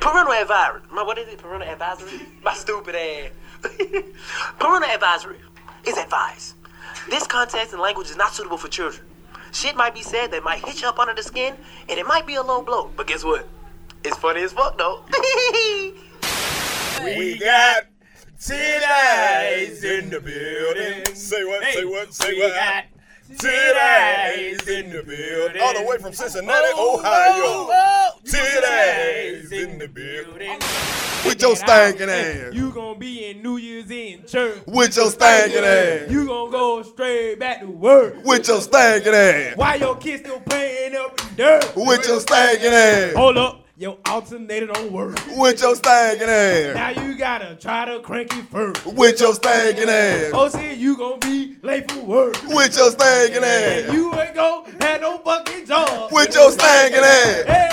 Parental advisory. My, what is it? Parental advisory? My stupid ass. Parental advisory is advice. This context and language is not suitable for children. Shit might be said that might hit you up under the skin, and it might be a low blow. But guess what? It's funny as fuck, though. We got titties in the building. Say what? say what? Say We what? got Titties titties in the building. All the way from Cincinnati, Oh, Ohio. oh, oh, Titties titties in the building. With your stinking ass. You gonna be in New Year's in church. With your stinking ass. You gonna go straight back to work. With your stinking ass. Why your kids still playing up the dirt? With your stinking ass. Hold up, your alternator don't work. With your stinking ass. Now you gotta try to crank it first. With your stinking ass. Oh, see, you gonna be late for work. With your And stinking ass. you ain't gonna have no fucking job. With your stinking ass. Hey.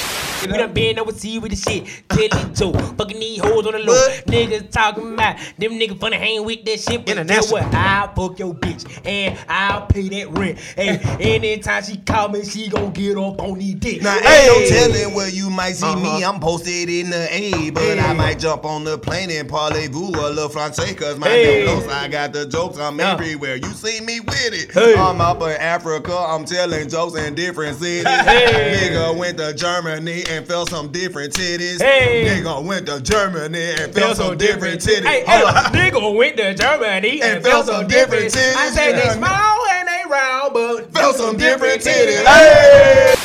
We done been overseas with the shit. Jelly toe. Fucking these hoes on the low. What? Niggas talking about them niggas funny hang with that shit. But guess what? I'll fuck your bitch and I'll pay that rent. And anytime she call me, she gon' get up on these dicks. Now, Hey. Uh-huh. ain't no telling where you might see me. I'm posted in the A, but I might jump on the plane and parlez-vous or La Francais, cause my name Hey. knows I got the jokes. I'm Yeah. everywhere. You see me with it. Hey. I'm up in Africa. I'm telling jokes in different cities. Hey. Nigga went to Germany and felt some different titties. Hey. Nigga went to Germany and felt Felt some different titties. Hey, hey, Hold on. nigga went to Germany and, felt some different titties. I say they Yeah. small and they round, but Felt some different titties. Hey!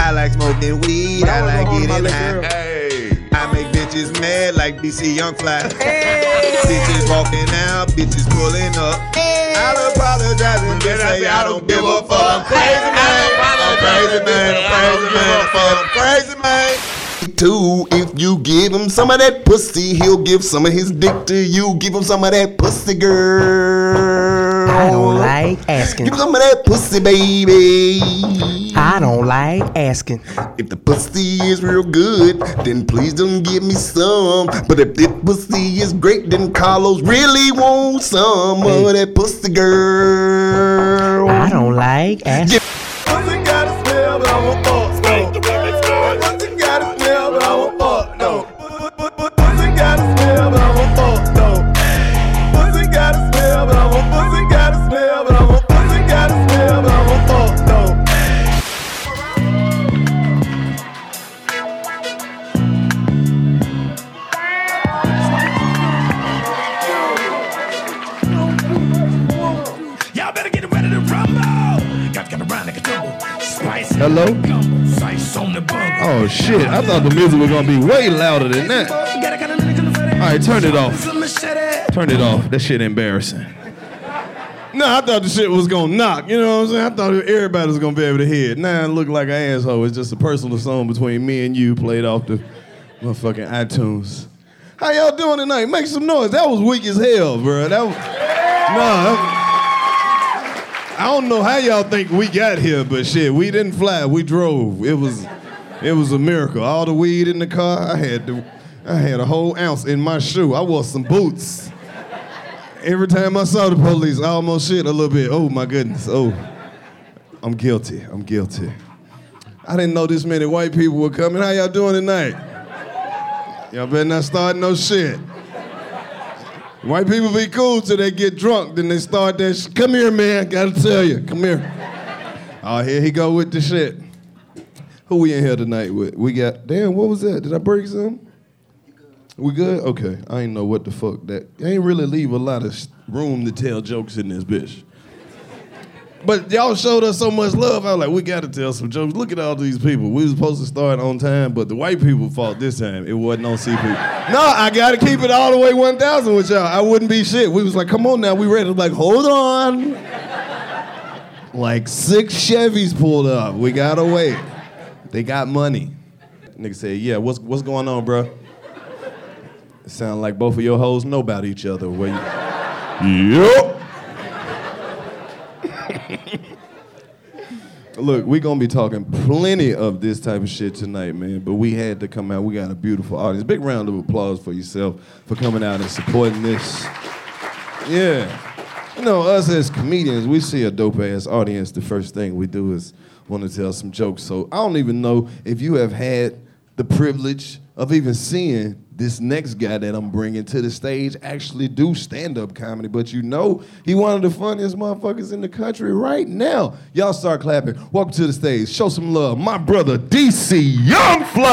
I like smoking weed. I like getting high. I make bitches mad like BC Young Fly. bitches walking out, bitches pulling up. I'll apologize and just say I don't give a fuck. I'm crazy man. I'm crazy man. I'm crazy man. I'm crazy man. Too, if you give him some of that pussy, he'll give some of his dick to you. Give him some of that pussy, girl. I don't like asking. Give him some of that pussy, baby. I don't like asking. If the pussy is real good, then please don't give me some. But if the pussy is great, then Carlos really wants some of that pussy girl. I don't like asking. Pussy got a smell, but I won't fuck. No. Pussy got a smell, but I won't fuck. No. Pussy got a smell, but I won't fuck. No. Pussy got a smell, but I won't. Pussy got a smell, but I won't. Pussy got a smell, but I won't fuck. No. Y'all better get ready to rumble. Got to get around like a double. Spice Hello? Spice on the bumble. Oh shit, I thought the music was gonna be way louder than that. Gotta got a minute to the All Alright, turn it off. Machete. Turn it off. That shit embarrassing. No, I thought the shit was gonna knock. You know what I'm saying? I thought everybody was gonna be able to hear it. Now it look like an asshole. It's just a personal song between me and you played off the motherfucking iTunes. How y'all doing tonight? Make some noise. That was weak as hell, bro. That was, nah. that- I don't know how y'all think we got here, but shit, we didn't fly. We drove. It was, it was a miracle. All the weed in the car. I had the, I had a whole ounce in my shoe. I wore some boots. Every time I saw the police, I almost shit a little bit. Oh my goodness. Oh, I'm guilty. I'm guilty. I didn't know this many white people were coming. How y'all doing tonight? Y'all better not start no shit. White people be cool till they get drunk, then they start that. Sh- Come here, man. Gotta tell you. Come here. Oh, here he go with the shit. Who we in here tonight with? We got. Damn, what was that? Did I break something? We good? Okay. I ain't know what the fuck that. I ain't really leave a lot of s- room to tell jokes in this bitch. But y'all showed us so much love. I was like, we gotta tell some jokes. Look at all these people. We was supposed to start on time, but the white people fought this time. It wasn't on CP. no, I gotta keep it all the way 1,000 with y'all. I wouldn't be shit. We was like, come on now, we ready. I'm like, hold on. like six Chevys pulled up. We gotta wait. They got money. Nigga said, yeah, what's what's going on, bruh? Sound like both of your hoes know about each other. Where you... Yup. Look, we gonna be talking plenty of this type of shit tonight, man. But we had to come out. We got a beautiful audience. Big round of applause for yourself for coming out and supporting this. Yeah. You know, us as comedians, we see a dope ass audience. The first thing we do is want to tell some jokes. So I don't even know if you have had the privilege of even seeing this next guy that I'm bringing to the stage actually do stand up comedy. But you know, he one of the funniest motherfuckers in the country right now. Y'all start clapping. Welcome to the stage. Show some love. My brother, DC Youngblood.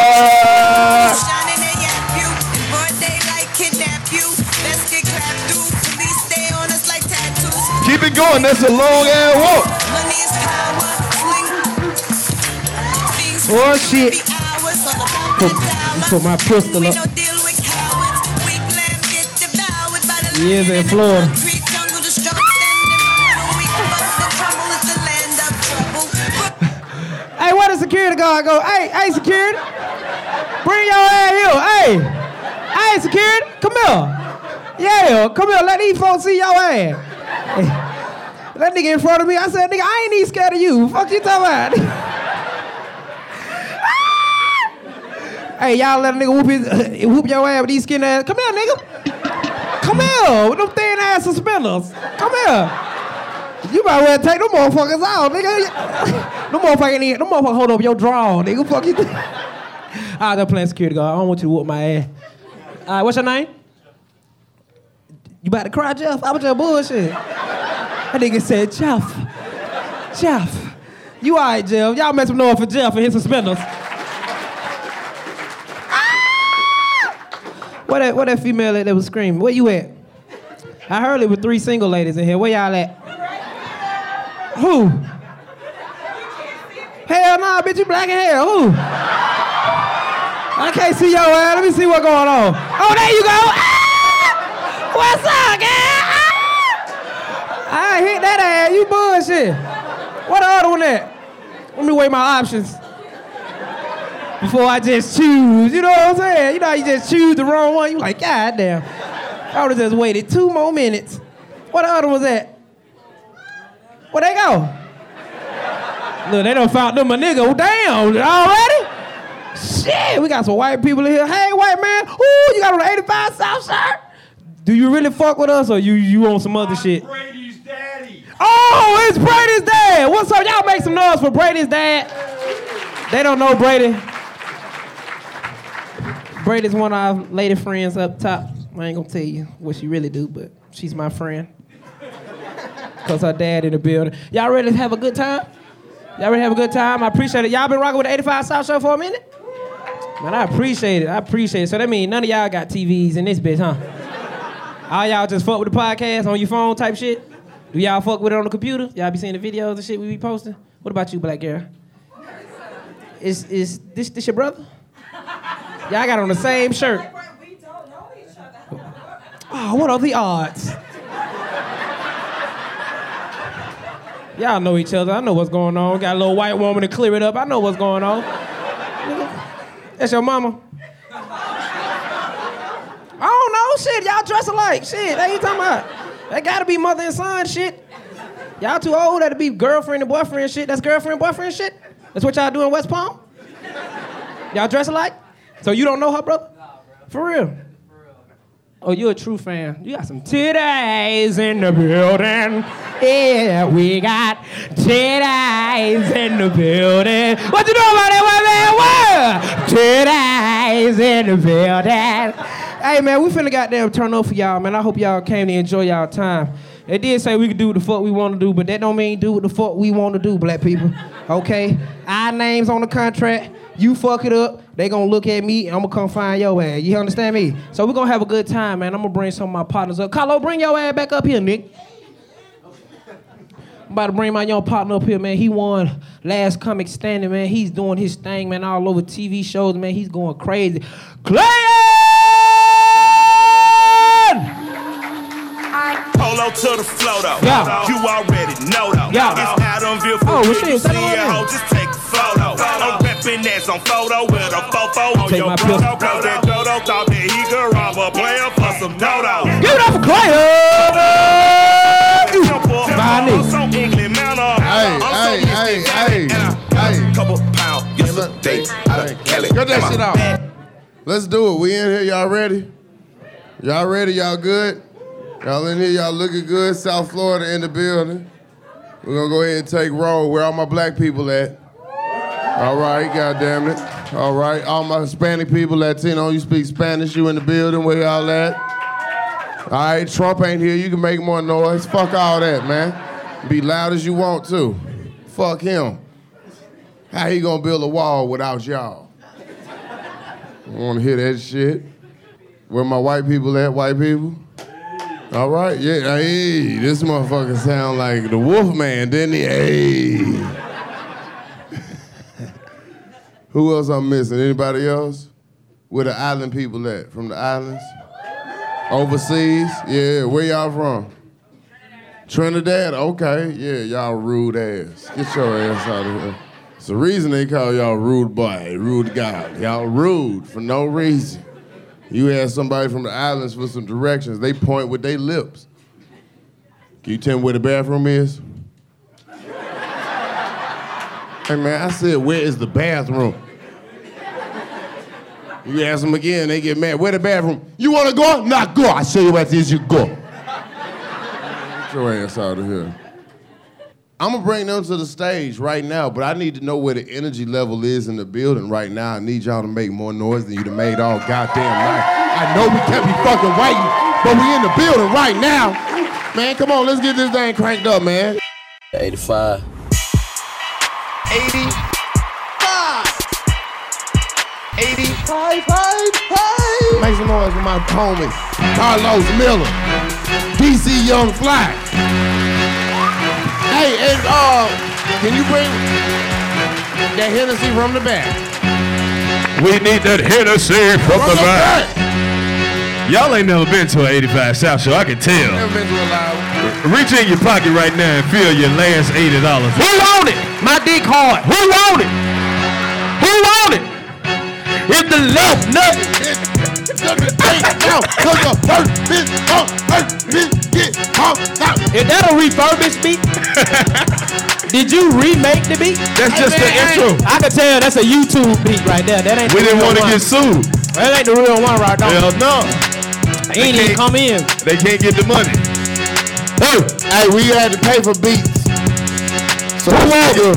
Shining and yap you. In broad daylight, kidnap you. Let's get clapped through. Police stay on us like tattoos. Keep it going. That's a long ass walk. Money is power. Fling. Things Oh, shit. be hours on the public dollar. put my pistol We up. don't deal with cowards. Weak lambs get devoured by the He is lion in and the Florida. concrete jungle. The strong standing. The weak must the crumble. It's the land of trouble. Hey, where the security guard go? Hey, hey, security. Bring your ass here. Hey. Hey, security. Come here. Yeah, come here. Let these folks see your ass. Hey, That nigga in front of me, I said, nigga, I ain't even scared of you. Fuck you talking about? hey, y'all let a nigga whoop, his, whoop your ass with these skinny ass. Come here, nigga. Come here with them thin ass suspenders. Come here. You might well take them motherfuckers out, nigga. them motherfuckers need, them motherfuckers hold up your draw, nigga. Fuck you. I don't play security guard. I don't want you to whoop my ass. All right, what's your name? You about to cry, Jeff? I was just bullshit. That nigga said, Jeff, Jeff, you all right, Jeff? Y'all make some noise for Jeff and his suspenders. Ah! Where that, where that female at that was screaming? Where you at? I heard it was three single ladies in here. Where y'all at? Who? Hell nah, bitch, you black and hell. Who? I can't see your ass. Let me see what's going on. Oh, there you go. Ah! What's up, gang? Ah! I hit that ass. You bullshit. What the other one at? Let me weigh my options before I just choose. You know what I'm saying? You know how you just choose the wrong one? You like, God damn. I would have just waited two more minutes. What the other was at? Where they go? Look, they done found them a nigga. Damn, already? Shit, we got some white people in here. Hey, white man, ooh, you got on an 85 South shirt? Do you really fuck with us or you you on some other shit? Brady's daddy. Oh, it's Brady's dad. What's up? Y'all make some noise for Brady's dad. They don't know Brady. Brady's one of our lady friends up top. I ain't gonna tell you what she really do, but she's my friend. Cause her dad in the building. Y'all ready to have a good time? Y'all ready to have a good time? I appreciate it. Y'all been rocking with the 85 South Show for a minute? Man, I appreciate it. I appreciate it. So that means none of y'all got TVs in this bitch, huh? All y'all just fuck with the podcast on your phone type shit? Do y'all fuck with it on the computer? Y'all be seeing the videos and shit we be posting? What about you, black girl? Is is this this your brother? Y'all got on the same shirt. We don't know each other. Oh, what are the odds? Y'all know each other. I know what's going on. Got a little white woman to clear it up. I know what's going on. That's your mama. I don't know. Shit, y'all dress alike. Shit, that you talking about? That gotta be mother and son shit. Y'all too old. That'll be girlfriend and boyfriend shit. That's girlfriend boyfriend shit. That's what y'all do in West Palm. Y'all dress alike. So you don't know her, brother? For real. Oh, you're a true fan. You got some titties in the building. Yeah, we got titties in the building. What you know about that women? What? Titties in the building. Hey, man, we finna goddamn turn up for y'all, man. I hope y'all came to enjoy y'all time. They did say we could do what the fuck we want to do, but that don't mean do what the fuck we want to do, black people. Okay? Our names on the contract. You fuck it up, they gonna look at me, and I'm gonna come find your ass. You understand me? So we're gonna have a good time, man. I'm gonna bring some of my partners up. Carlo, bring your ass back up here, Nick. I'm about to bring my young partner up here, man. He won last comic standing, man. He's doing his thing, man, all over TV shows, man. He's going crazy. Clay! Polo to the float out. Yeah. You already know though. Yeah. It's Adamville for Oh, well, real. shit, You say see that a right now. hoe, just take a photo. I'm reppin' ass on photo with a fofo on Take your my photo. pill. Bro, that dodo thought that he could rob a player for some dodo. Give it up for Clay! Simple, My simple, nigga. so England manner. Hey, I'm so hey, used to hey, hey, that, and I got hey. a couple pound yesterday out of Kelly. Cut that Am I shit bad? off. Let's do it. We in here. Y'all ready? Y'all ready? Y'all good? Y'all in here. Y'all looking good. South Florida in the building. We're gonna go ahead and take roll. Where all my black people at? All right. God damn it. All right, all my Hispanic people, Latino, you speak Spanish, you in the building, where y'all at? All right, Trump ain't here, you can make more noise. Fuck all that, man. Be loud as you want to. Fuck him. How he gonna build a wall without y'all? I wanna hear that shit. Where my white people at, white people? All right, yeah, hey, this motherfucker sound like the Wolfman, didn't he? Hey. Who else I'm missing? Anybody else? Where the island people at? From the islands? Overseas? Yeah, where y'all from? Trinidad. Okay, yeah, y'all rude ass. Get your ass out of here. It's the reason they call y'all rude boy, rude guy. Y'all rude for no reason. You ask somebody from the islands for some directions, they point with their lips. Can you tell me where the bathroom is? Hey man, I said, where is the bathroom? You ask them again, they get mad. Where the bathroom? You wanna go? Not go. I show you where it is, you go. Get your ass out of here. I'm gonna bring them to the stage right now, but I need to know where the energy level is in the building right now. I need y'all to make more noise than you'd have made all goddamn night. I know we kept you fucking waiting, but we in the building right now. Man, come on, let's get this thing cranked up, man. 85. 85. 85, five, five. Make some noise for my homies. Carlos Miller. DC Young Fly. Hey, and uh, can you bring that Hennessy from the back? We need that Hennessy from the back. Y'all ain't never been to an 85 South Show, I can tell. Never been to a loud. Reach in your pocket right now and feel your last $80. Who want it? My dick hard. Who want it? Who want it? If the left nut. Is that a refurbished beat? Did you remake the beat? That's just the intro. I can tell that's a YouTube beat right there. That ain't. We the didn't real want to one. get sued. That ain't the real one right now. Hell no. He ain't even come in. They can't get the money. Hey, hey, we had to pay for beats. So who want the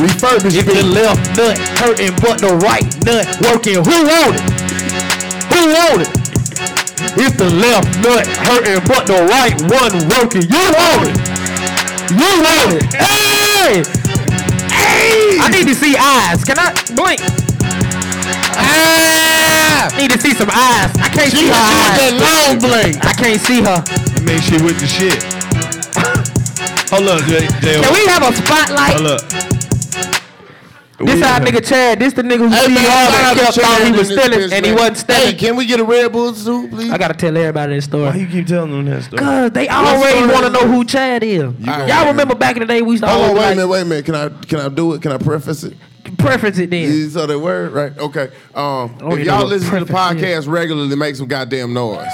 refurbished If the left nut hurting but the right nut working, who want it? Who want it? If the left nut hurting but the right one working, you want it? You want it? Hey! Hey! I need to see eyes. Can I blink? Ah! Need to see some eyes. I can't see her eyes. long blink. I can't see her. It makes you with the shit. Hold up, J. J- Can we have a spotlight? Hold up. This our nigga Chad. This the nigga who Hey, see man, all shout that out to kept Chad thought in he was this stealing bitch, and he man. wasn't Hey, stealing. can we get a Red Bull too, please? I gotta tell everybody this story. Why you keep telling them that story? Cause they What's already going want to on? know who Chad is. gonna Y'all remember back in the day we used to Hold on, always wait a like, minute, wait a minute. Can I can I do it? Can I preface it? preference it then. You saw that word, right? Okay. Um, don't if even y'all know what listen to the preface podcast regularly, make some goddamn noise.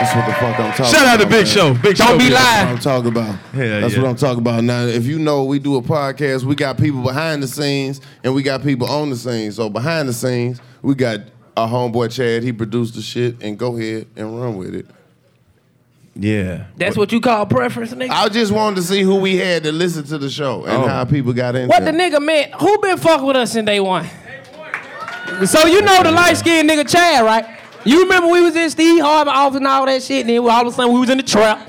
That's what the fuck I'm talking. Shout out about, to Big man. Show. Don't Big Show. be Big- lying. That's what I'm talking about. Hell That's yeah. what I'm talking about. Now, if you know, we do a podcast. We got people behind the scenes, and we got people on the scenes. So behind the scenes, we got our homeboy Chad. He produced the shit, and go ahead and run with it. Yeah. That's what you call preference, nigga. I just wanted to see who we had to listen to the show and Oh. how people got in. What the nigga meant? Who been fuck with us in day one? So you know the light skinned nigga Chad, right? You remember we was in Steve Harvey office and all that shit, and then all of a sudden we was in the trap.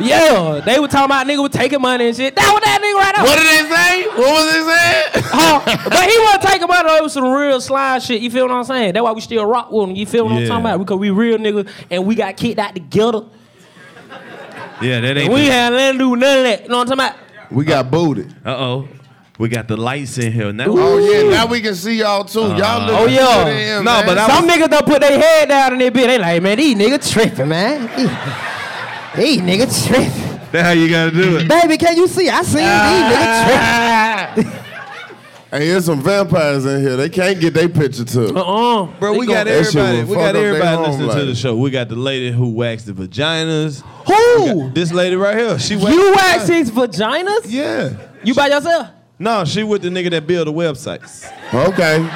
Yeah, they were talking about nigga was taking money and shit. That was that nigga right there. did they say? What was they saying? Huh? but he wasn't taking money. though. It was some real slime shit. You feel what I'm saying? That's why we still rock with him. You feel what I'm Yeah. talking about? Because we real niggas and we got kicked out the ghetto. Yeah, that ain't. And we had nothing to do with none of that. You know what I'm talking about? We got booted. Uh oh. We got the lights in here now. Oh yeah, now we can see y'all too. Y'all look Oh, yeah. good in, No, man. Uh, but I- Some niggas don't put their head down in their bed. They like, man, these niggas tripping, man. These niggas tripping. That's how you gotta do it. Baby, can you see? I seen these niggas tripping. Hey, there's some vampires in here. They can't get their picture took. Uh-uh. Bro, we got That shit will everybody. We fuck up got they everybody home listening to life. the show. We got the lady who waxed the vaginas. Who? This lady right here. She waxed. You wax his vaginas? Yeah. You by yourself? No, she with the nigga that build the websites. Okay.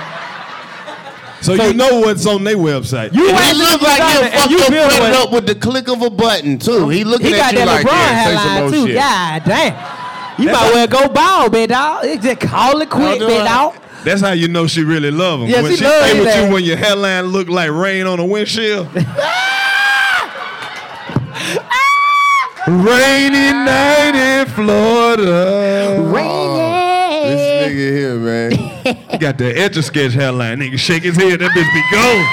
So, you know what's on their website. You He wax his look like vagina he'll and fuck you your build credit one. up with the click of a button too. He looking He at got you that like LeBron hairline yeah, say some more too. shit. God damn. You might well go bald, big dog. It Just call I'll it quit, do big it. dog. That's how you know she really love him. Yeah, when she she love play his with ass. you when your hairline look like rain on a windshield. Rainy night in Florida. Rainy. Oh, This nigga here, man. He got that etch a sketch hairline. Nigga shake his head. That bitch be gone.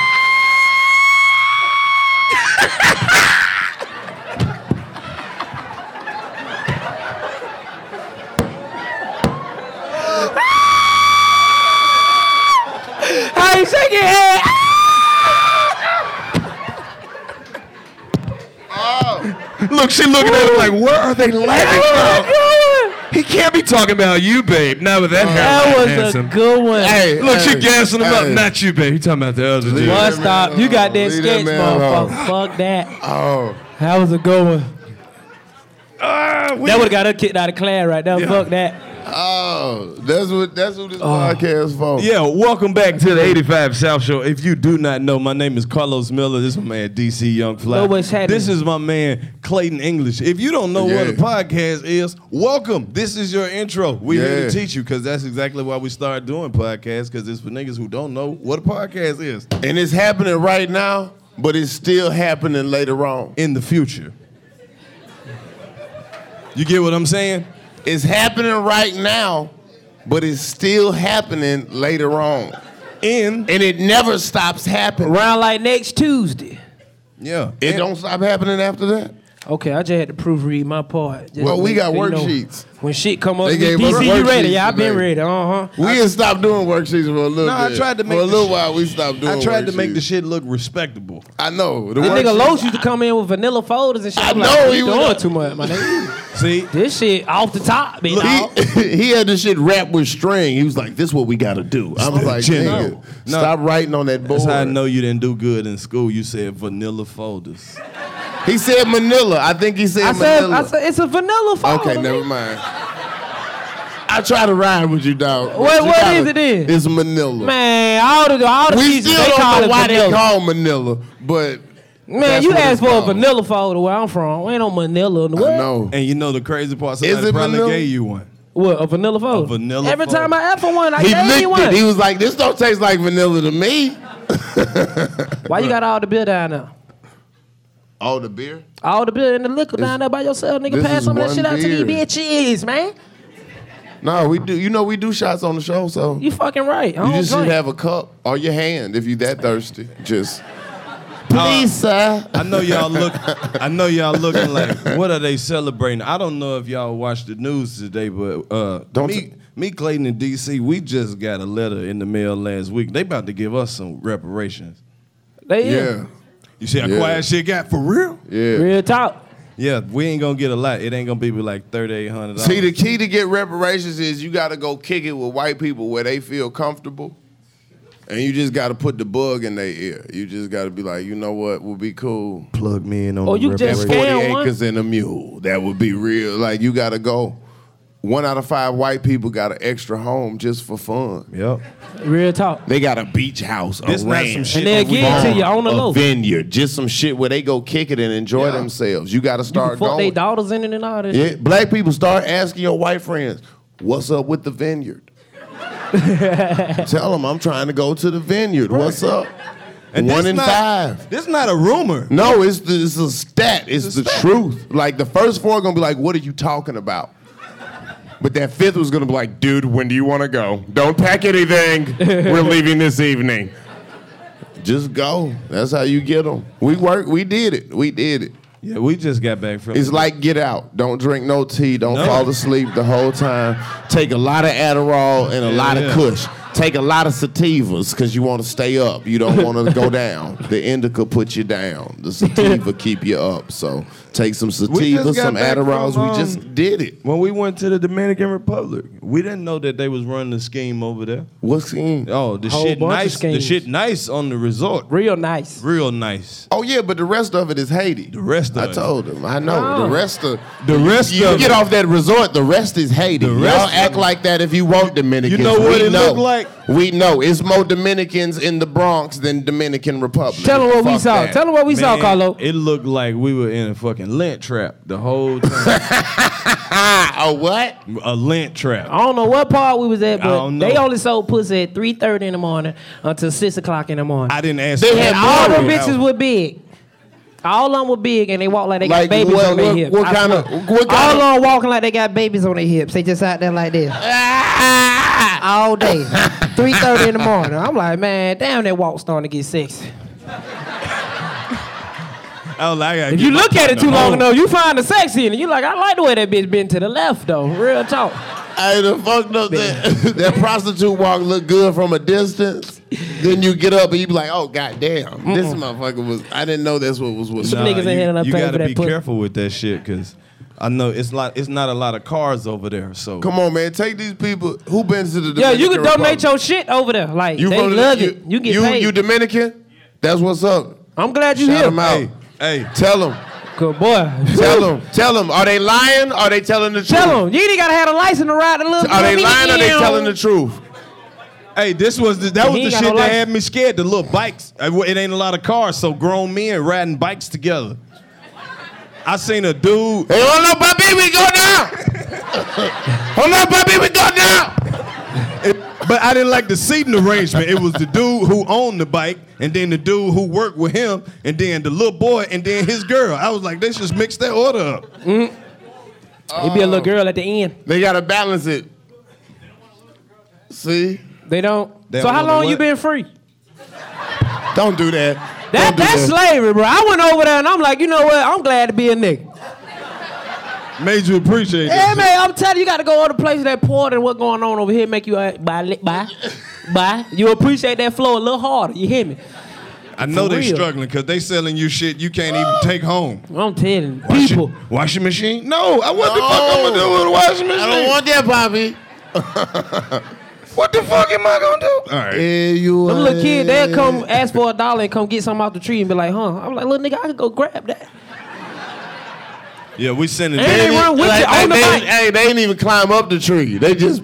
How you shake your head? Look, she looking at him like, where are they laughing from? He can't be talking about you, babe. Not with that hairline, That was a handsome. good one. Hey, look, she gassing him hey. up. Not you, babe. He talking about the other dude. One stop. You got that Leave that sketch, man motherfucker. Fuck that. Oh. That was a good one. that would have got her kicked out of class right there. Fuck that. Oh, that's what that's who this podcast for. Yeah, welcome back to the 85 South Show. If you do not know, my name is Carlos Miller. This is my man DC Young Fly. Well, what's happening? This is my man Clayton English. If you don't know what a podcast is, welcome. This is your intro. We here Yeah. to teach you because that's exactly why we started doing podcasts because it's for niggas who don't know what a podcast is. And it's happening right now, but it's still happening later on. In the future. You get what I'm saying? It's happening right now, but it's still happening later on. In and it never stops happening. Around like next Tuesday. Yeah. It don't stop happening after that. Okay, I just had to proofread my part. Just Well, we make got sure you know worksheets. When shit come up, They gave us DC, you ready? worksheets Yeah, I've been today. ready. Uh huh. We didn't stop doing worksheets for a little No, I bit. tried to make for a the little sh- while. We stopped doing. I tried to make worksheets. the shit look respectable. I know. The nigga Los used to come in with vanilla folders and shit. I'm like, know "What he you was- doing too much, my nigga. See, this shit off the top, man. dawg. he had this shit wrapped with string. He was like, "This what we gotta do." I'm like, Jenny, "Nigga, stop writing on that board." That's how I know you didn't do good in school. You said vanilla folders. He said Manila. I think he said I said, Manila. I said, it's a vanilla folder. okay, never mind. I try to ride with you, dog. but What- you what gotta- is it then? It's Manila. Man, all the all the we pieces, still they don't call know it why vanilla. they call Manila, but Man, that's you what it's asked for a called. vanilla folder where I'm from. Ain't no vanilla in the world. No, And you know the crazy part? Is Somebody it probably vanilla? gave you one. What, a vanilla folder? vanilla Every folder. time I ask for one, I he gave you licked one. it. He was like, "This don't taste like vanilla to me." why you got all the beer down there? All Oh, the beer. All the beer and the liquor down there by yourself, nigga. this Pass is some of that one shit out to beer. these bitches, man. No, we do. You know, we do shots on the show, so You fucking right. I you don't just drink. should have a cup or your hand if you that thirsty. Just Please, sir. I know y'all look. I know y'all looking like. What are they celebrating? I don't know if y'all watched the news today, but uh, Don't me, me, Clayton and DC, we just got a letter in the mail last week. They about to give us some reparations. They is. You see how Yeah. quiet shit got for real? yeah. Real talk. Yeah, we ain't gonna get a lot. It ain't gonna be like thirty eight hundred dollars. See, the key to get reparations is you got to go kick it with white people where they feel comfortable, and you just got to put the bug in their ear. You just got to be like, you know what, would be cool. plug me in on. Oh, the you just reparations. Forty Damn, what? acres and a mule. That would be real. Like you got to go. One out of five white people got an extra home just for fun. Yep. Real talk. They got a beach house, a This not ranch, some shit. And they'll that we give it to borrowed. you on the a low. vineyard, just some shit where they go kick it and enjoy Yeah. themselves. You got to You can start fuck going. their daughters in it and all that Yeah, shit. black people start asking your white friends, "What's up with the vineyard?" Tell them I'm trying to go to the vineyard. What's up? And One this in not- five. This not a rumor. No, it's the, it's a stat. It's, It's a the stat. truth. Like the first four are gonna be like, "What are you talking about?" But that fifth was gonna be like, "Dude, when do you want to go? Don't pack anything. We're leaving this evening." Just go. That's how you get them. We work. We did it. We did it. Yeah, we just got back from. It's like get out. Don't drink no tea. Don't No. fall asleep the whole time. Take a lot of Adderall and a lot yeah. of Kush. Take a lot of sativas because you want to stay up. You don't want to go down. The indica put you down. The sativa keep you up. So take some sativas, got some back Adderalls. from, we just um, did it. When we went to the Dominican Republic, we didn't know that they was running a scheme over there. What's in? Oh, the Whole shit bunch of nice. The schemes. shit nice on the resort. Real nice. Real nice. Oh yeah, but the rest of it is Haiti. The rest of I it. told him. I know. Oh. The rest of The rest you of get it. off that resort. The rest is Haiti. The rest Y'all act of it. like that if you want Dominicans. You know what We it looked like? We know it's more Dominicans in the Bronx than Dominican Republic. Fuck that. Man, It looked like we were in a fucking lint trap the whole time. Ah, a what? A lint trap. I don't know what part we was at, I but don't know. they only sold pussy at three thirty in the morning until six o'clock in the morning. I didn't ask. They you. had all the bitches were big. All of them were big, and they walked like they got Like babies what- on their what- hips. what I kind of- swear. what kind all of of- them walking like they got babies on their hips. They just out there like this Ah! all day, three thirty in the morning. I'm like, man, damn, that walk starting to get sexy. I was like, I gotta If get you my look at it partner too long home. enough, you find the sexy in it. You like, I like the way that bitch been to the left though. Real talk. Hey, the fucked up that, that prostitute walk look good from a distance. then you get up and you be like, oh goddamn, this motherfucker was. I didn't know that's what was was. Nah, you, you gotta be careful with that shit, cause I know it's lot. It's not a lot of cars over there. So Come on, man, take these people who been to the. Yeah, you can Dominican donate Republic. your shit over there. Like You they from the- love you- it. You get you- paid. you Dominican? That's what's up. I'm glad you Shout here. them out. Hey, tell them. Good boy. Tell them. Tell them. Are they lying? Are they telling the truth? Tell them. You ain't gotta have a license to ride the little. Are they little lying? Or are they mini telling on. the truth? Hey, this was the, that He was the ain't got shit no that license. had me scared. The little bikes. Uh, well, It ain't a lot of cars, so grown men riding bikes together. I seen a dude. Hey, hold up, puppy, we go down. hold up, puppy, we go down. but I didn't like the seating arrangement. It was the dude who owned the bike, and then the dude who worked with him, and then the little boy, and then his girl. I was like, they just mixed that order up. It be a Oh. little girl at the end. They gotta balance it. See? They don't. They so don't how know long you what? been free? Don't do that. do That that. that's slavery, bro. I went over there and I'm like, you know what? I'm glad to be a nigga. Made you appreciate Hey it. man, I'm telling you, you got to go other places that port and what's going on over here make you uh, buy li- buy buy. You appreciate that flow a little harder. You hear me? I know For they real. struggling because they selling you shit you can't even take home. I'm telling people. washing machine? No, I what the fuck I'm gonna do with a No. washing machine? I don't want that, Bobby. What the fuck am I gonna do? All right. Yeah, you Them little kid, they'll come ask for a dollar and come get something off the tree and be like, huh? I'm like, little nigga, I can go grab that. Yeah, we sending. And they run with you on the they, bike. Hey, they ain't even climb up the tree. They just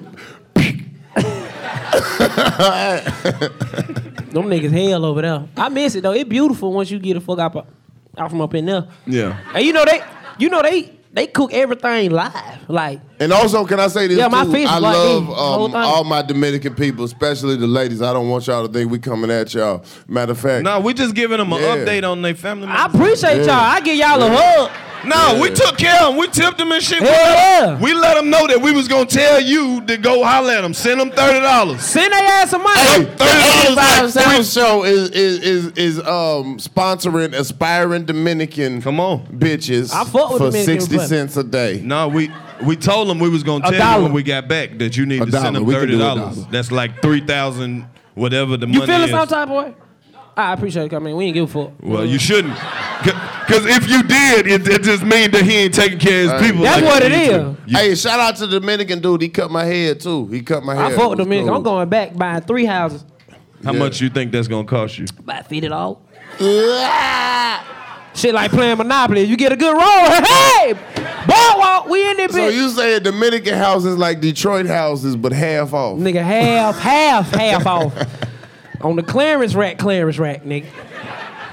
Them niggas hell over there. I miss it though. It beautiful once you get the fuck out, out from up in there. Yeah. And you know they, you know they, they cook everything live. Like And also, can I say this? Yeah, my too? fish I like love these, the whole um, thing. all my Dominican people, especially the ladies. I don't want y'all to think we coming at y'all. Matter of fact, No, we just giving them an Yeah. update on their family. I appreciate Yeah. y'all. I give y'all a Yeah. hug. No, we Yeah. took care of them. We tipped them and shit. We Hell let- yeah. we let them know that we was gonna tell you to go holler at them. Send them thirty dollars. Send their ass some money. Thirty dollars South Show is is is, is um, sponsoring aspiring Dominican come on bitches I fuck with for Dominican sixty Republic. cents a day. No, we we told them we was gonna A tell dollar. you when we got back that you need A to dollar. send them We can do thirty a dollars. dollar. That's like three thousand, whatever the You money feeling is. some type of way? I appreciate it coming. We ain't give a fuck. Well, you shouldn't. Because if you did, it, it just means that he ain't taking care of his people. like he used to. You- Hey, shout out to the Dominican dude. He cut my head too. He cut my hair. I fuck with them niggas. I'm going back buying three houses. How much you think that's going to cost you? Buy feed it all. Shit like playing Monopoly. You get a good roll. Hey, boardwalk. We in there, So bitch. you saying Dominican houses like Detroit houses, but half off? nigga, half, half, half off. On the clearance rack, clearance rack, nigga.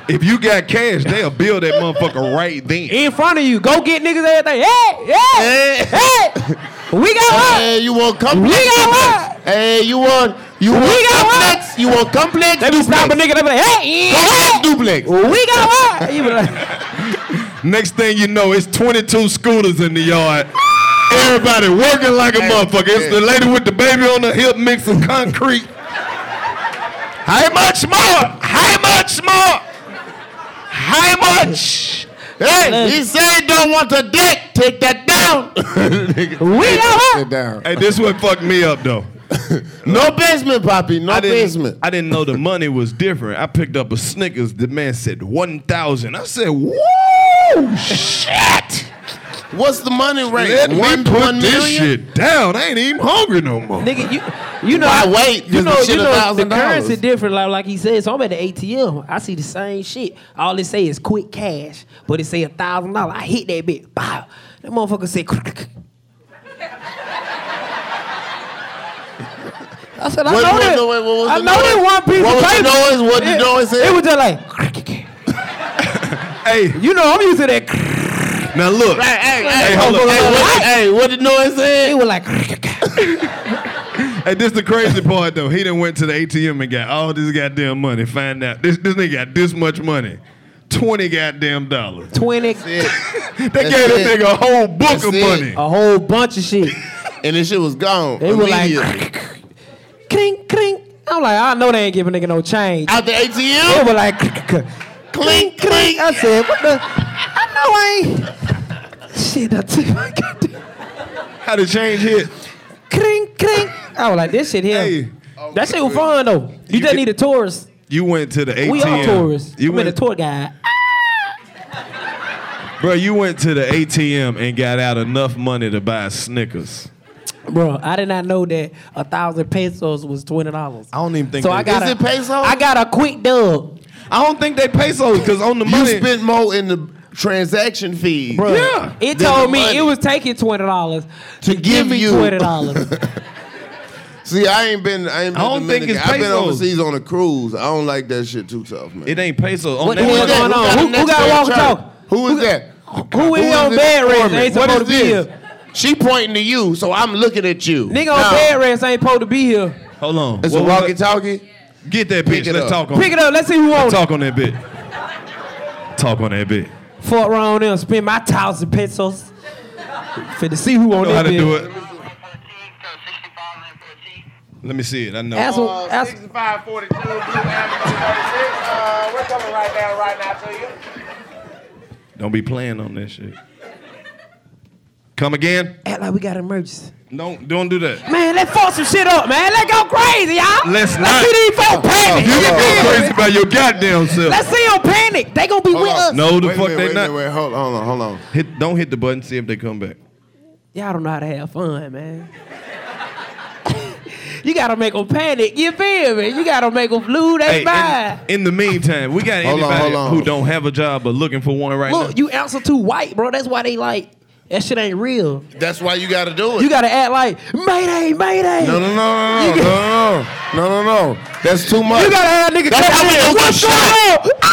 If you got cash, they'll bill that motherfucker right then. In front of you. Go get niggas everything. Hey, hey, hey. We got one. Hey, you want complex? We got one. Hey, you want you want complex? You want complex? They be stop a nigga. They be like, hey, complex duplex. we got one. You be like, Next thing you know, it's 22 scooters in the yard. Everybody working like a motherfucker. It's the lady with the baby on the hip mixing concrete. How much more? How much more? How much? Hey, he said don't want the dick. Take that down. we got one. Sit down. Hey, this one fucked me up though. No basement, Poppy. No I didn't, basement. I didn't know the money was different. I picked up a Snickers. The man said 1,000. I said, whoa, shit. What's the money rate? Let me One- put one this million? shit down. I ain't even hungry no more. Nigga, you you know Why wait? 'Cause You know, the shit you know the $1,000. currency different. Like like he said, so I'm at the ATM. I see the same shit. All it say is quick cash, but it say a thousand dollar. I hit that bit. Bow. That motherfucker said. I said, I What- know what- that. wait, what was I the know that noise? one piece What was of the paper. noise? What the it, noise is? It was just like, hey, you know I'm used to that. Now look, Hey, hey, hey, hold up. Hey, what- hey, what the noise said? It was like, Hey, this the crazy part though. He done went to the ATM and got all this goddamn money. Find out this this nigga got this much money, twenty goddamn dollars. Twenty. they gave this nigga a whole book of money. Oh. A whole bunch of shit. and this shit was gone. It was like, immediately. clink, clink. I'm like, I know they ain't giving nigga no change. At the ATM? Oh, It was like, clink, clink. I said, what the? I know I ain't. Shit, I took my goddamn. How to change hit? Clink, clink. I was like, this shit here. that shit was fun though. You, just need a tourist. You went to the ATM. We are tourists. You I'm went, in a tour guide. bro. You went to the ATM and got out enough money to buy Snickers. Bro, I did not know that a thousand pesos was twenty dollars. I don't even think. So they- I got a, I got a quick dub. I don't think they pesos because on the money. You spent more in the transaction fees. Bro, than it the told me money. it was taking twenty dollars to, give me you- twenty dollars. See, I ain't been. I ain't been. I don't think Dominican. it's I've been pesos. overseas on a cruise. I don't like that shit too tough, man. It ain't pesos. On What that- the hell going on? Who- who got walk and talk? Who is that? Who in on this bed rest informant? ain't What supposed is to be this? here? She pointing to you, so I'm looking at you. Nigga on bed rest ain't supposed to be here. Hold on. It's What a was walkie that? talkie. Get that Pick bitch. it Let's up. talk on Pick it up. Let's see who on Let's it. talk on that bit. Talk on that bit. Fuck around there and spend my thousand pesos. Fit to see who on know that how to bitch. do it. Let me see it. I know. Ask him- ask- 6542 Blue Avenue 36. Uh, we're coming right down right now to you. Don't be playing on that shit. Come again? Act like we got an emergency. Don't don't do that. Man, let's fuck some shit up, man. Let's go crazy, y'all. Let's Let's not. see these folks panic. You can go crazy about your goddamn self. Let's see them panic. They gonna be with us. No, the Wait a fuck minute, they wait a not. minute, wait, hold on, hold on. Hit, don't hit the button. See if they come back. Y'all don't know how to have fun, man. you gotta make them panic. You feel me? You gotta make them lose Hey, their mind. in, in the meantime, we got Hold on, anybody hold on. who don't have a job but looking for one right Look, now. you answer too white, bro. That's why they like that shit ain't real. That's why you got to do it. You gotta act like Mayday, Mayday. No, no, no, no, no, You no, no, no, no, no. That's too much. You gotta have nigga That's come how we in. gonna get What's going shot. on? Ah!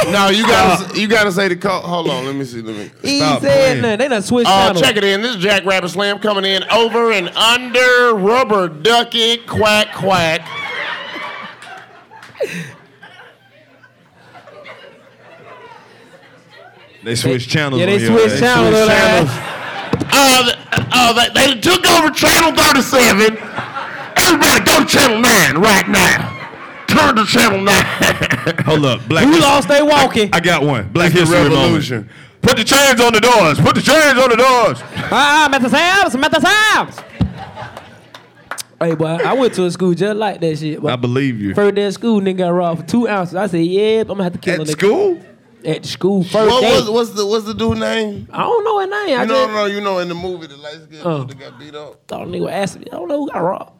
Nothing, nigga. No, you gotta, you gotta say the call. Hold on, let me see. Let me. He said nothing. They done switched Uh, channels. check it in. This is Jack Rabbit Slam coming in over and under rubber ducky quack quack. They switch channels. Yeah, on they you. switched channels switched on that. Uh, th- uh, they, they took over channel 37. Everybody go to channel 9 right now. Turn to channel 9. Hold up, black. Who lost they walking? I got one. Black It's the History revolution. Moment. Put the chains on the doors. Put the chains on the doors. Ah, Method Sam's, Method Sam's. Hey, boy, I went to a school just like that shit. Boy. I believe you. First day of school, nigga got robbed for two ounces. I said, yeah, I'm gonna have to kill At a nigga. school? At the school, first What day. was, what's the what's the dude name? I don't know his name. I You know, just no, you know, in the movie, the light skinned Oh. dude that got beat up. thought a nigga asked me. I don't know who got robbed.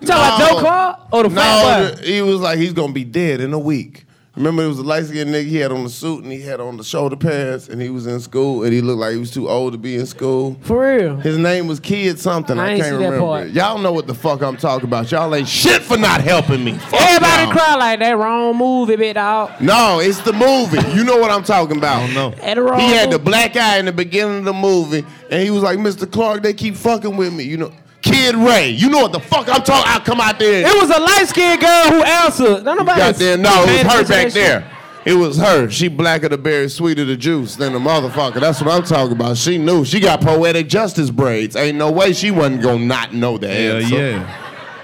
You talking about Joe Clark or the fat No, boy? the- he was like, he's gonna be dead in a week. Remember, it was a light skinned nigga. He had on the suit and he had on the shoulder pads, and he was in school, and he looked like he was too old to be in school. For real. His name was Kid something. I I, ain't can't see that remember. part. it. Y'all know what the fuck I'm talking about. Y'all ain't shit for not helping me. Fuck Everybody y'all. cry like that. Wrong movie, big dog. No, it's the movie. You know what I'm talking about. No. At the wrong He had movie. the black eye in the beginning of the movie, and he was like, "Mr. Clark, they keep fucking with me." You know, Kid Ray. You know what the fuck I'm talking? I come out there. It was a light skinned girl who answered. Not nobody. Got there. No, it paying was her attention to back that shit. there. It was her. She blacker the berry, sweeter the juice than the motherfucker. That's what I'm talking about. She knew. She got poetic justice braids. Ain't no way she wasn't gonna not know the Hell answer. yeah.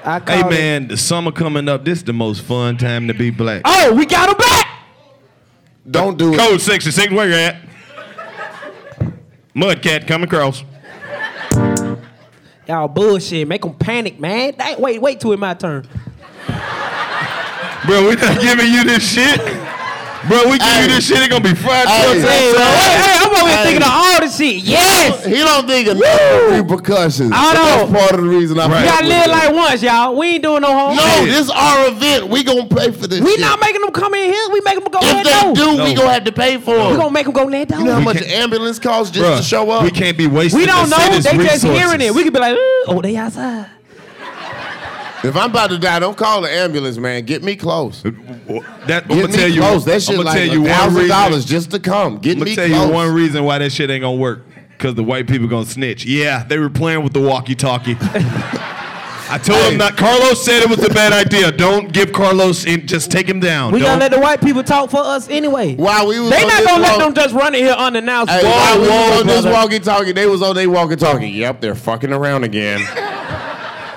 I Hey called it. man, the summer coming up. This the most fun time to be black. Oh, we got him back. Don't do it. Code 66, where you at? Mudcat coming across. Y'all bullshit. Make them panic, man. Dang, wait, wait till it's my turn. Bro, we not giving you this shit. Bro, we give you this shit, it gonna be fried Hey, tortillas. hey, hey, I'm over here thinking of all this shit. Yes. He don't think of no repercussions. I That's part of the reason I'm. We gotta live like once, y'all. We ain't doing no harm. No, this our event. We gonna pay for this. We shit. not making them come in here. We making them go If let they down. do, we gonna have to pay for We them. gonna make them go let down. You know how much the ambulance costs just to Bruh, show up? We can't be wasting. We don't the know. They city's just hearing resources. it. We could be like, "Ooh, oh, they outside. If I'm about to die, don't call the ambulance, man. Get me close. That, I'm Get gonna me tell you. close. That shit I'm gonna like tell you one $1,000 reason. just to come. Get I'm gonna me tell close. you one reason why that shit ain't gonna work. Cause the white people gonna snitch. Yeah, they were playing with the walkie-talkie. I told him not. Carlos said it was a bad idea. Don't give Carlos in. Just take him down. We Don't. gonna let the white people talk for us anyway. Why we was on They not this gonna let walk- them just run in here unannounced. Hey, while we was on this brother. walkie-talkie, they was on they walkie-talkie. Yep, they're fucking around again.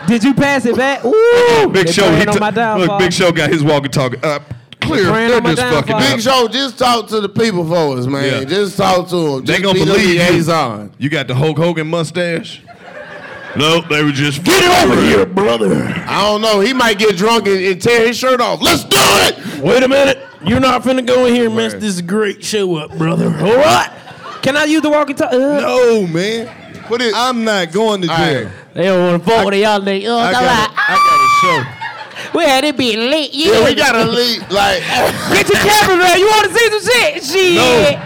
Did you pass it back? Ooh, Big they Show. praying He on t- my downfall. look, Big Show got his walkie-talkie up. Clear. praying They're on my just fucking downfall. up. Big Show, just talk to the people for us, man. Yeah. Just talk to them. They Just gonna be the believe liaison. you. You got the Hulk Hogan mustache. Nope, they were just get it over here, brother. I don't know. He might get drunk and, and tear his shirt off. Let's do it. Wait a minute. You're not finna go in here and mess this great show up, brother. All right. Can I use the walkie Uh, talkie? No, man. Put it. I'm not going to jail. They don't want to fuck with y'all. They, oh, I all got, right. a, I We had it be lit. Yeah, we gotta leave. Like, Get your camera, man. You want to see some shit? Shit.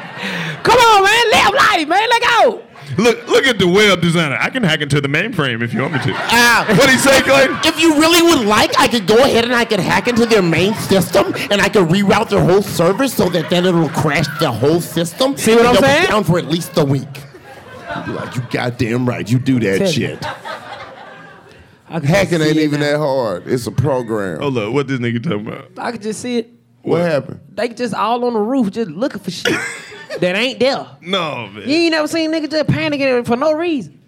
Come on, man. Live life, man. Let go. Look, look at the web designer. I can hack into the mainframe if you want me to. Ah, What'd he say, Clayton? If you really would like, I could go ahead and I could hack into their main system and I could reroute their whole server so that then it'll crash the whole system. See what and I'm they'll be saying? Down for at least a week. You like you goddamn right. You do that Tell you. shit. I can Hacking see ain't it even now. that hard. It's a program. Hold up, what this nigga talking about? I could just see it. What happened? They just all on the roof just looking for shit that ain't there. No, man. You ain't never seen niggas just panicking for no reason.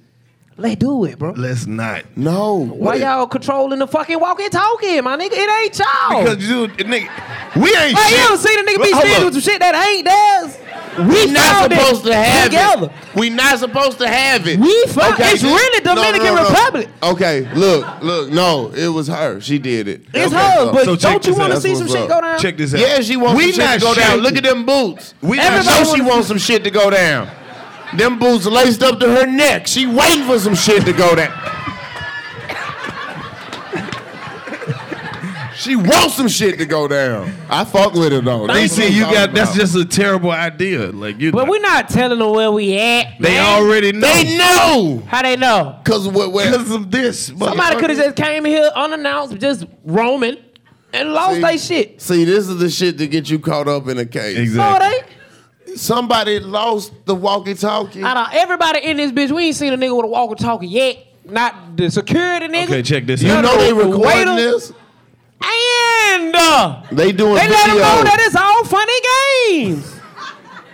Let's do it, bro. Let's not. No. Why y'all controlling the fucking walking talking, my nigga? It ain't y'all. Because you, nigga, we Oh. ain't. Like, you shit. ever seen a nigga be Hold standing up. with some shit that ain't theirs? We found not it supposed to have together. it. We not supposed to have it. We found- it's really Dominican Republic. Okay, look, look, no, it was her. She did it. It's Okay, her, so- but so check don't you this want to out. see That's some what's up. shit go down? Check this out. Yeah, she wants We some shit not to go down. shaking. Look at them boots. We I not know shaking. she wants some shit to go down. Them boots laced up to her neck. She waiting for some shit to go down. she wants some shit to go down. I fuck with her though. That's what DC, I'm you talking got that's about. just a terrible idea. Like you, But we not telling them where we at. they man. already know. They know How they know? because what? what- because of this. Somebody could have just came in here unannounced, just roaming, and lost See? their shit. See, this is the shit that get you caught up in a case. No, exactly. they. Somebody lost the walkie-talkie. Out of everybody in this bitch, we ain't seen a nigga with a walkie talkie yet. Not the security nigga. Okay, check this You out. know they recording Waiter. this. And uh, They doing they let them video. know that it's all funny games.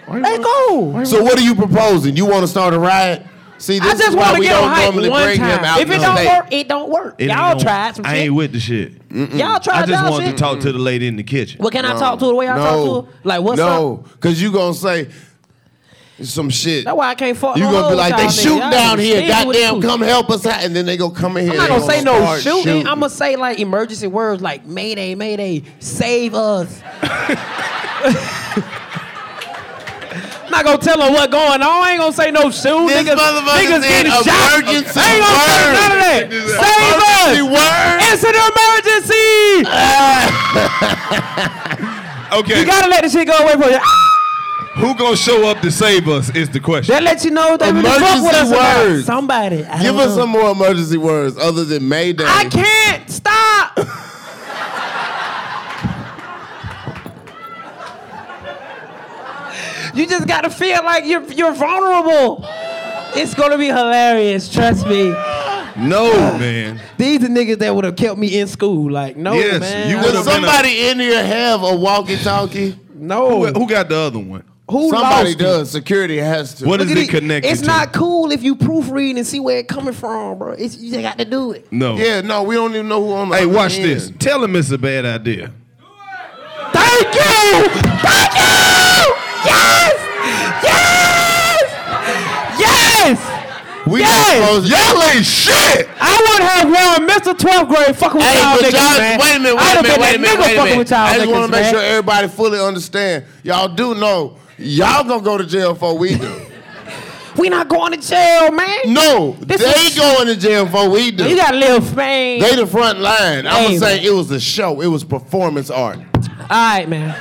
They go. So what are you proposing? You want to start a riot? See, this I just is why want to we get don't on hype normally one bring him out. time. If it the don't state. work, it don't work. It ain't y'all gonna- tried some I shit. ain't with the shit. Y'all I tried just y'all wanted to shit. talk to the lady in the kitchen. Well, can I talk to her the way I talk to her? Like, what's up? no, because you gonna say some shit. That's why I can't fuck. You no gonna be hoes like, with they y'all niggas. shooting Y'all down niggas here. stingy with Goddamn, the come help us out. And then they gonna come in here. I'm not they gonna say no start shooting. I'm gonna say like emergency words like Mayday, Mayday, save us. I'm not gonna tell them what going on. I ain't gonna say no shoot. This niggas, motherfucker niggas said getting shot. I ain't gonna emergency say word. none of that. Emergency Save us. word. It's an emergency. Okay, you gotta let this shit go away from you. who gonna show up to save us is the question. That lets you know they really fuck with us Emergency about words. somebody. I Give don't us know. some more emergency words other than Mayday. I can't stop. you just gotta feel like you're you're vulnerable. It's gonna be hilarious, trust me. No, man. These the niggas that would have kept me in school. Like, no, Yes, man. you I- would've- Does somebody in here have a walkie-talkie? no. Who got the other one? Who Somebody lost it? does. Security has to. What Look is at it connected It's to? not cool if you proofread and see where it coming from, bro. It's, you just got to do it. No. Yeah, no, we don't even know who on the Hey, other watch end. this. Tell him it's a bad idea. Thank you! Thank you! Yes! Yes! Yes! We yes! supposed to- Y'all ain't shit. I would have won Mr. 12th grade fucking with Hey, y'all but niggas, y'all- man. Wait a minute, I'd wait a have minute, been wait a that minute. wait a nigga fucking minute. with y'all I just niggas, want to make man. sure everybody fully understand. Y'all do know y'all gonna go to jail before we do. we not going to jail, man. No, This they is- going to jail before we do. You gotta live, man. They the front line. I'm Hey, gonna say man. it was a show. It was performance art. All right, man.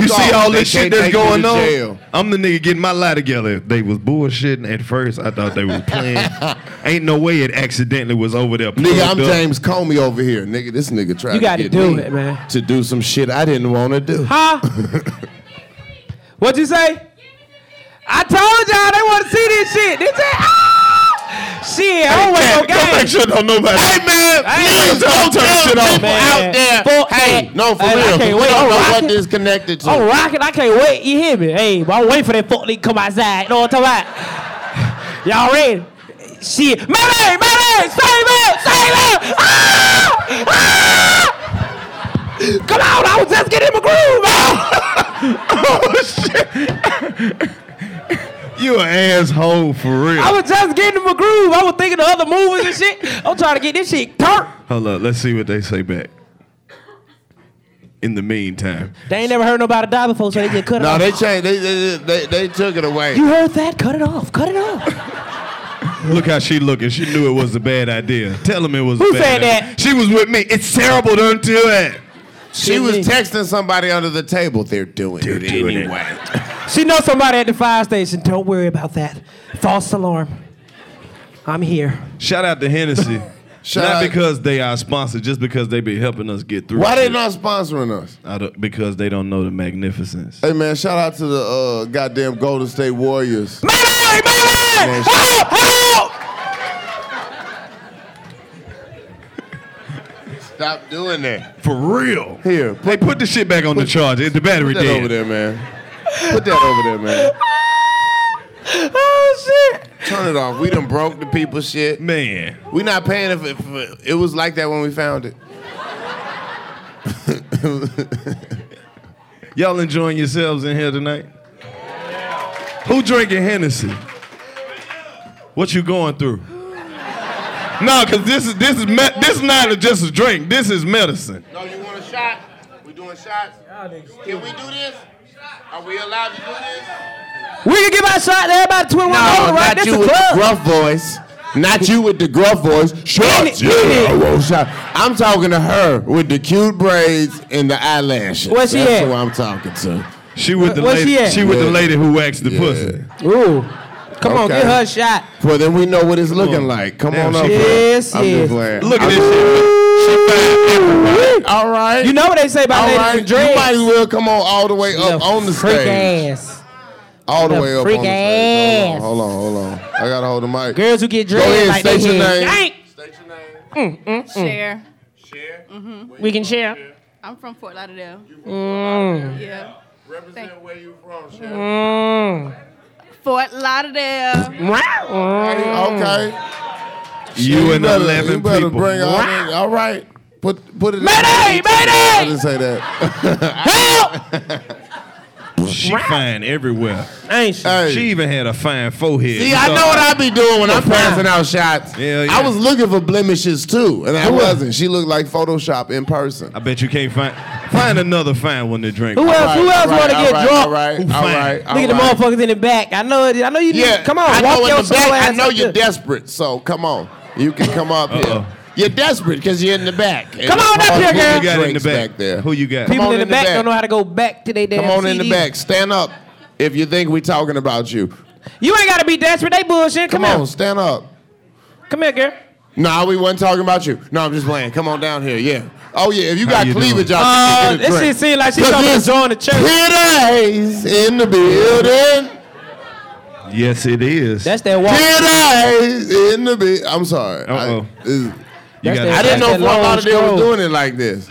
You see all They this shit can't that's take you going to on? jail. I'm the nigga getting my lie together. They was bullshitting at first. I thought they was playing. Ain't no way it accidentally was over there. Nigga, I'm plugged up. James Comey over here. Nigga, this nigga tried You to gotta get do me it, man. to do some shit I didn't want to do. Huh? What'd you say? I told y'all they want to see this shit. They say, ah! Shit, I don't want no game. Don't make sure don't nobody. Hey man, Hey, please don't turn shit off. people out there. hey, no, for hey, I real. can't Oh. we wait. don't I'm know what rocking. this connected to. I'm rocking. I can't wait. You hear me? Hey, but I'm waiting for that fuck nigga to come outside. You know what I'm talking about? Y'all ready? Shit. Mayday! Mayday! Save it! Save it! Ah! Ah! Come on! I was just getting in my groove, man! oh, shit! You an asshole for real. I was just getting in my groove. I was thinking of other movies and shit. I'm trying to get this shit turned. Hold up. Let's see what they say back. In the meantime, They ain't never heard nobody die before, so they get cut No, off. they changed. They they, they they took it away. you heard that? Cut it off. Cut it off. look how she looking. She knew it was a bad idea. Tell him it was. Who a bad said idea. that? She was with me. It's terrible. Don't do it. She was texting somebody under the table. They're doing it anyway. She knows somebody at the fire station. Don't worry about that. False alarm. I'm here. Shout out to Hennessy. Shout not out- because they are sponsored, just because they be helping us get through. Why they shit. not sponsoring us? I don't, because they don't know the magnificence. Hey man, shout out to the uh, goddamn Golden State Warriors. Man, Help! Help! Stop doing that. For real. Here, They put the shit back on the charge. It- The battery put that dead. over there, man. Put that over there, man. Oh shit! Turn it off. We done broke the people shit. Man. We not paying if, if it was like that when we found it. Y'all enjoying yourselves in here tonight? Who drinking Hennessy? What you going through? no, cause this is this is me- this is not just a drink. This is medicine. No, you want a shot? We doing shots? Can we do this? Are we allowed to do this? We can give our shot to everybody 21 No, over, right? not This you a with the club. gruff voice. Not you with the gruff voice. Get Shots, it, get yeah, it. I want shot. I'm talking to her with the cute braids and the eyelashes. Where she That's at? who I'm talking to. She with the Where lady. she at? with the Yeah. lady who waxed the pussy. Ooh. Come on, Okay. get her a shot. Well, then we know what it's looking like. Come Damn, on she up. fine. Yes, I'm yes. just playing. Look at this shit. She fine everywhere. All right. You know what they say about All ladies right. with You dreads. might as well come on all the way up Little on the freak stage. ass. All the Little way up freak on the stage. ass. Hold on, hold on, hold on. I gotta hold the mic. Girls who get Go dreads ahead, like state they your head. name. Dang. Mm, mm, mm. Share. Share. Mm-hmm. We can share. I'm from Fort Lauderdale. Mm. Yeah. Represent where you from, Share. Mm. Fort Lauderdale. Okay. You and better, eleven you better people. Bring all, that- all right. Put put it. Mayday! Mayday! I didn't say that. She fine everywhere. Ain't Uh, she? She even had a fine forehead. See, You I thought- know what I be doing when I'm passing out shots. Yeah, yeah. I was looking for blemishes too, and I wasn't. She looked like Photoshop in person. I bet you can't find find another fine one to drink. Who else? who Right, else right, want to all get right, drunk? all right, Who all fine? right, all Look at right. the motherfuckers in the back. I know. it- I know you. need- Yeah, Come on, I walk know your in the back. slow ass I know up you're there. desperate, so come on. You can come up Uh-oh. here. You're desperate because you're in the back. Come on up here, Who girl. You got in the drinks back. there. Who you got? People on in the in the back back. don't know how to go back to their damn Come on in the CDs. back. Stand up if you think we talking about you. You ain't gotta be desperate. They bullshit. Come, Come on, on. stand up. Come here, girl. Nah, we wasn't talking about you. No, I'm just playing. Come on down here. Yeah. Oh yeah. If you How got you cleavage, doing? y'all Uh, can get a this shit drink. seems like she's Cause gonna it's join the church. Titties in the building. Yes, it is. That's that walk. Titties in the building. I'm sorry. I- Uh-oh. it's- You That's got that- I didn't know that Fort long Lauderdale was stroll. doing it like this.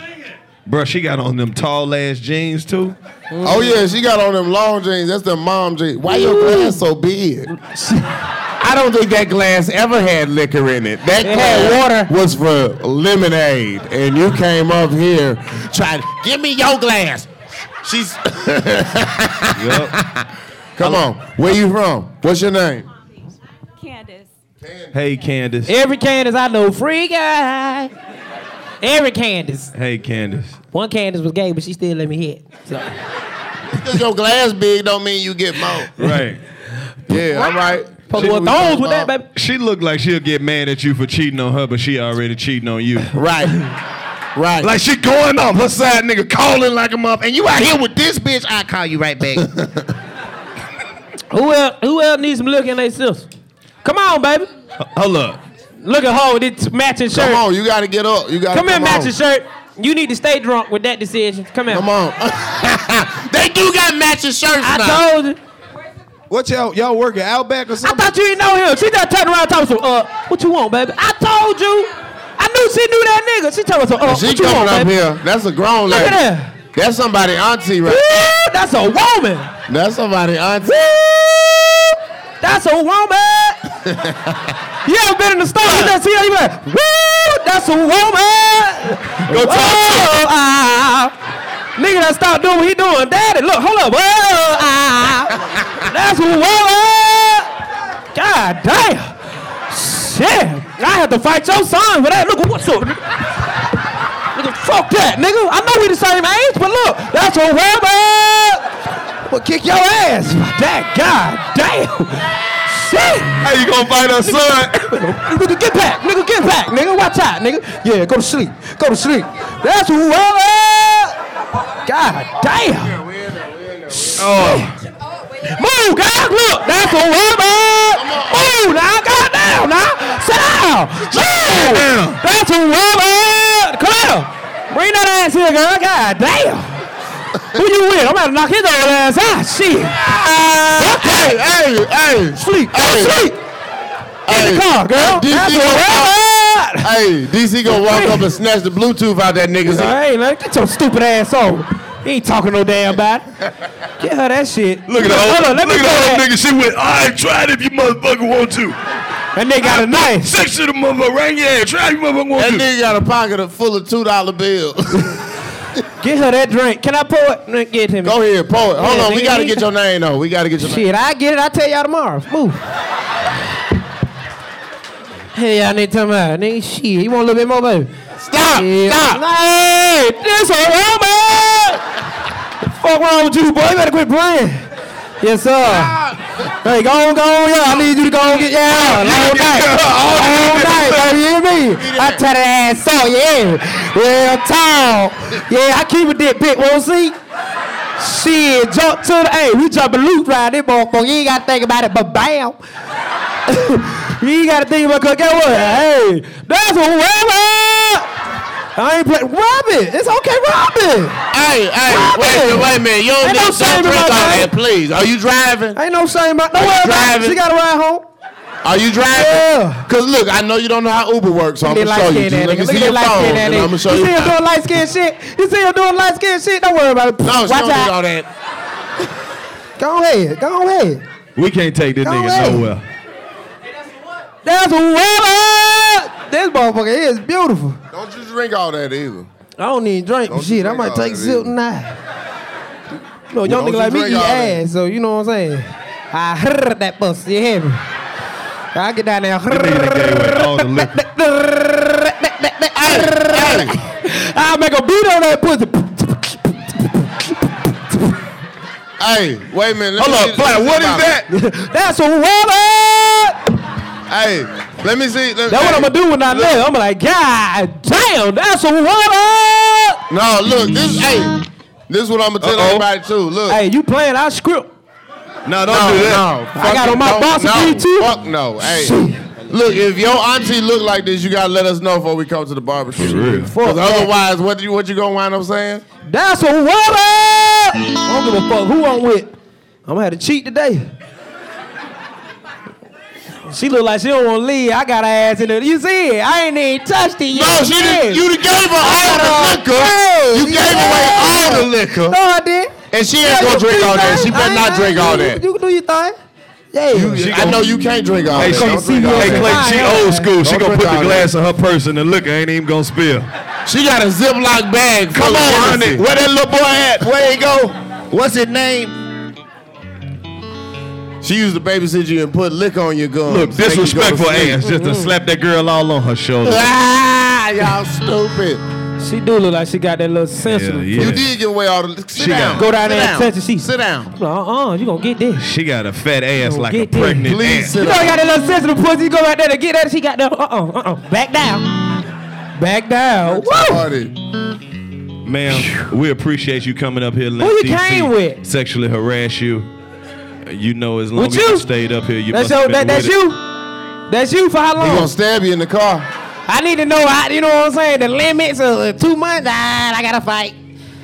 Bruh, she got on them tall ass jeans too. Mm. Oh yeah, she got on them long jeans. That's the mom jeans. Why your glass so big? I don't think that glass ever had liquor in it. That It glass had was for lemonade, and you came up here trying. Give me your glass. She's. Yup. Come on. Where you from? What's your name? Hey, Candace. Every Candace I know, free guy. Every Candace. Hey, Candace. One Candace was gay, but she still let me hit. So. Because your glass big don't mean you get more. Right. Yeah, all right. She- See what we talking about? She looked like she'll get mad at you for cheating on her, but she already cheating on you. right. Right. Like she going off her side nigga calling like a mother. And you out here with this bitch, I call you right back. Who else? Who else needs some look in their sister? Come on, baby. Hold up. Look at her with this matching shirt. Come on, you gotta get up. You gotta come here, come matching on. shirt. You need to stay drunk with that decision. Come here. Come on. they do got matching shirts I now. told you. What y'all y'all work at Outback or something? I thought you didn't know him. She just turned around and told us, uh, what you want, baby? I told you. I knew she knew that nigga. She told us, uh, And she what you coming want, up baby? here. That's a grown Look lady. at her. That's somebody auntie right Woo, That's a woman. That's somebody auntie. That's a woman. you ever been in the store? You just see her, you be like, woo, that's a woman. Go Whoa, ah. Nigga that stop doing what he doing. Daddy, look, hold up. Whoa, ah. That's a woman. God damn. Shit. I had to fight your son for that. Look, what's up? Nigga, fuck that, nigga. I know we the same age, but look, that's a woman. Well, kick your ass. That god damn. Shit. How you gonna fight her son? Nigga, get back. Nigga, get back. Nigga, watch out, nigga. Yeah, go to sleep. Go to sleep. That's a woman. God damn. Oh. Move, guys. Look, that's a woman. Move now. God damn now. Sit down. Move. That's a woman. Come here. Bring that ass here, girl. God damn. Who you with? I'm about to knock his old ass out. Shit. hey, hey, hey. Sleep. Hey. Sleep. In the car, girl. That's DC a woman. gonna, hey, DC gonna walk up and snatch the Bluetooth out that nigga's ear. Hey, man, get your stupid ass on. He ain't talking no damn about it. Get her that shit. Look at the Hold on, old, let me look at go the back. old nigga. She went, I ain't tried if you motherfucker want to. That nigga got a knife. Six to the motherfucker, rang your ass. Try if you motherfucker want That to. nigga got a pocket of full of two dollar bills. Get her that drink. Can I pour it? No, Get him. Go ahead, pour it. Hold Yeah, on, we nigga, gotta nigga. get your name though. We gotta get your Shit, name. I get it. I'll tell y'all tomorrow. Move. Hey, y'all need to tell me. Nigga, shit. You want a little bit more, baby? Stop. Stop. Hey, this a woman. Fuck wrong with you, boy? You better quit playing. Yes, sir. Hey, go on, go on, yeah. I need you to go on get yeah. All night, all night, baby. You hear me? I tell that ass up, yeah. Real tall. Yeah, I keep a dick pic, won't see. Shit, jump to the, hey, we jump a loop ride this motherfucker. You ain't gotta think about it, but bam. you ain't gotta think about cause guess what? Hey, that's a woman. I ain't play Robin. It's okay, Robin. Hey, hey, wait, wait a minute. You don't Ain't need to no shame in drink my all name. that, please. Are you driving? Ain't no shame about Are no you worry about it. driving? She gotta ride home. Are you driving? Yeah. Cause look, I know you don't know how Uber works, so I'm They gonna show you. light-skinned Just Let me that see your nigga. Look at that light phone, skin and that I'm gonna nigga. show You you. see him doing light skin shit? You see him doing light skin shit? Don't worry about it. No, she Watch don't need out. all that. Go ahead. Go ahead. We can't take this Go nigga away. nowhere. That's a woman. This motherfucker is beautiful. Don't you drink all that either. I don't even drink Don't you shit. I drink might all take that sip either. tonight. You know, Well, young don't nigga you like me drink eat all that. ass, so you know what I'm saying. I heard that bus, you hear me? I get down there. All the liquor. I'll make a beat on that pussy. Hey, wait a minute. let Hold me up, see- Fly, let me what see is about it. That's a woman. Hey, let me see. Let, That's what hey, I'm gonna do when I look. live. I'm like, God damn, that's a woman. No, look, this hey, this is what I'm gonna tell Uh-oh. everybody too. Look. Hey, you playing our script? No, don't no, do that. no. I got fucking on my don't- boss no, beat too. Fuck no. Hey. Look, if your auntie look like this, you gotta let us know before we come to the barbershop. For real. Because otherwise, what you what you gonna wind up saying? That's a woman. I don't give a fuck who I'm with. I'm gonna have to cheat today. She look like she don't want to leave. I got her ass in there. You see it? I ain't even touched it yet. No, she did, you done gave her all the liquor. you gave yeah. away all the liquor. No, I did. And she ain't gonna you drink do all your that. thing. She I better ain't- not I drink ain't- all that. You you can do your thing. Yeah. She I gon- know you can't drink all Hey, that. she- Don't drink all hey, that. Clay, she old school. She Don't gonna drink put the all glass in her purse and the liquor ain't even gonna spill. She got a Ziploc bag. Come full of on, Hennessy. honey. Where that little boy at? Where he go? What's his name? She used to babysit you and put lick on your gums. Look, Make you go to disrespectful sleep. ass just to Mm-hmm. slap that girl all on her shoulder. Ah, y'all stupid. She do look like she got that little sensitive. yeah. You did give away all the. Sit She got- down. Go down Sit there and touch it. She Sit down. Uh uh, you gonna get this. She got a fat ass like a get this. pregnant Please ass. You know, you got that little sensitive pussy. You go out there to get that. She got that. Uh uh, uh uh. Back down. Back down. Woo! Ma'am, we appreciate you coming up here. and Who let you DC came with? Sexually harass you. You know, as long With as you you? stayed up here, you that's must your, have been that, that's with it. you. That's you for how long? He gonna stab you in the car. I need to know. I, you know what I'm saying? The limits of two months. Ah, I gotta fight.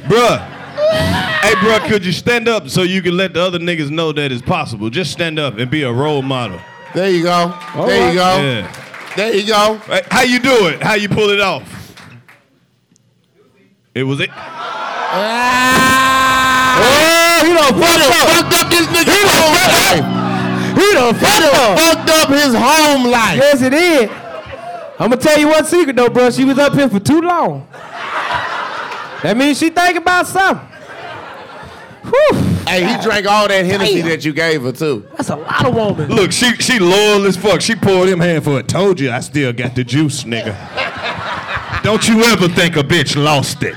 Bruh. Hey, bruh, could you stand up so you can let the other niggas know that it's possible? Just stand up and be a role model. There you go. There you Oh. go. There you go. How you do it? How you pull it off? It was it. Oh, he done fucked up. fucked up this nigga. He done fucked up. He done fucked up. fucked up his home life. Yes, it is. I'm gonna tell you one secret though, bro. She was up here for too long. That means she think about something. Hey, he drank all that Hennessy that you gave her too. That's a lot of woman. Look, she she loyal as fuck. She poured him hand for it. Told you I still got the juice, nigga. Don't you ever think a bitch lost it.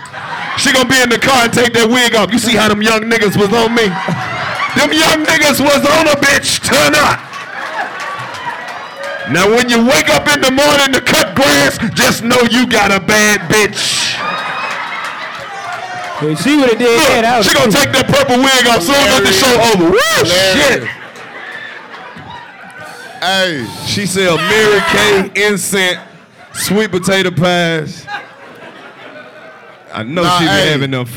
She gonna be in the car and take that wig off. You see how them young niggas was on me? Them young niggas was on a bitch. Turn up. Now when you wake up in the morning to cut grass, just know you got a bad bitch. If she would have did that, I She gonna take that purple wig off soon as the show over. Woo, shit. Hey, she sell Mary Kay incense, sweet potato pies. I know Nah, she been hey. having them fights.